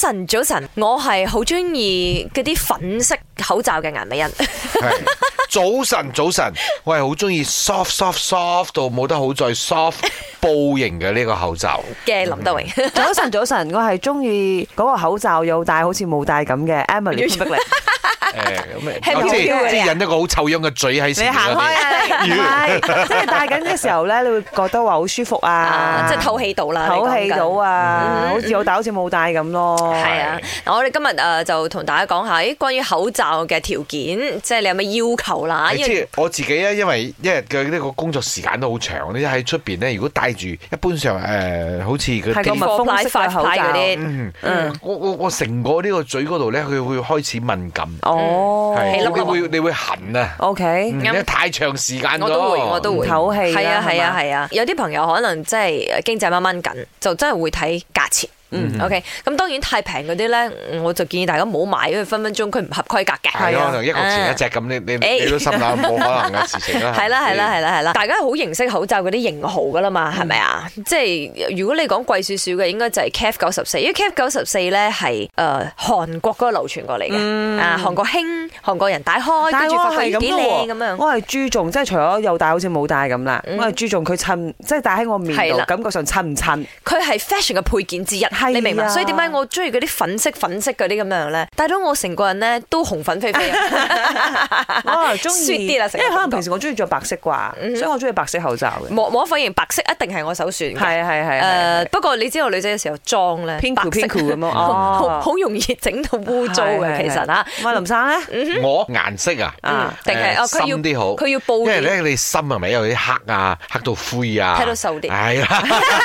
晨，早晨，我係好中意嗰啲粉色口罩嘅顏美欣。 係早晨，早晨，我係好中意 soft soft soft 到冇得好再 soft 布型嘅呢個口罩。嘅林德榮， 早晨，早晨，我係中意嗰個口罩有戴，好似冇戴咁嘅 Emily 潘碧玲誒咁輕誒，飄即飄係即嘅係引一個好臭樣嘅嘴喺你前面行嗰開啲。啊！你唔係，即係戴緊嘅時候咧，你會覺得話好舒服啊啊，即係透氣到啦，透你氣講緊嗯到。啊，好似有戴好似冇戴咁咯。係啊，嗱我哋今日誒就同大家講下，咦，關於口罩嘅條件，即係你有咩要求啦？你啊因為知我自己咧，因為一日嘅呢個工作時間都好長，你喺出邊咧，如果帶住一般上誒、呃好似嗰係個啲密封式嘅口 Four ply, 罩 five ply 嗰啲嗯，我我我成個呢個嘴嗰度咧，佢會開始敏感，哦係起粒粒你會你會痕啊， ，OK，嗯啱因為太長時間咗我都會，我都會唔透氣 係啦啊，係啊，嗯係嘛係啊。有啲朋友可能真係經濟掹掹緊，就真係會睇價錢。嗯，OK。咁當然太平嗰啲咧，我就建議大家唔好買，因為分分鐘佢唔合規格嘅。係係咯，啊可能一個前一隻咁，你你你都心諗 冇可能嘅事情啦。係啦係啦係啦係啦，大家好認識口罩嗰啲型號噶啦嘛，嗯係咪啊？即係如果你講貴少少嘅，應該就係 KF 九十四，因為 KF 九十四咧係誒韓國嗰個流傳過嚟嘅，啊韓國興韓國人戴開，跟但住係我發覺嗯係咦咁幾嘅靚喎咁樣。我係注重即係除咗有戴好似冇戴咁啦，嗯我係注重佢襯，即係戴喺我面係度啦感覺上襯 唔襯。佢係 fashion 嘅配件之一，係啊你明嘛？所以點解我中意嗰啲粉色粉色嗰啲咁樣咧？戴到我成個人咧都紅粉飛飛 啊，我係中 Sweet 意，啲因啦為成個感覺可能平時我中意着白色啩，嗯哼所以我中意白色口罩嘅。無無可否認，白色一定係我首選嘅。係啊係啊係啊係啊誒，不過你知道女仔有時候妝咧，偏酷白色偏 酷咁樣好好哦好啊容易整到污糟嘅，其實啊嚇。喂，林生咧，我顏色啊，嗯啊，定係誒哦，佢要深啲好佢要因報為咧熱，你心係咪有啲黑啊，黑到灰啊，睇到瘦啲係啦，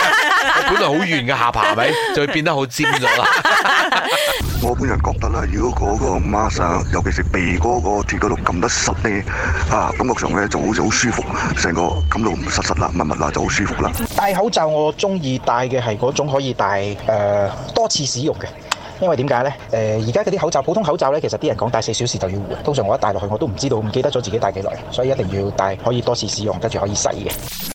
本來好圓嘅下巴係咪，就會變得好尖咗啦。我本人覺得啦，如果嗰個 mask 啊，尤其是鼻哥嗰個鐵嗰度撳得實咧，啊，感覺上咧就好似好舒服，成個感到唔實實啦、密密啦，就好舒服啦。戴口罩我中意戴嘅係嗰種可以戴誒、呃多次使用嘅。因為點解呢？誒而家嗰啲口罩，普通口罩呢，其實啲人講戴四小時就要換。通常我一戴落去，我都唔知道，唔記得咗自己戴幾耐，所以一定要戴可以多次使用，跟住可以洗嘅。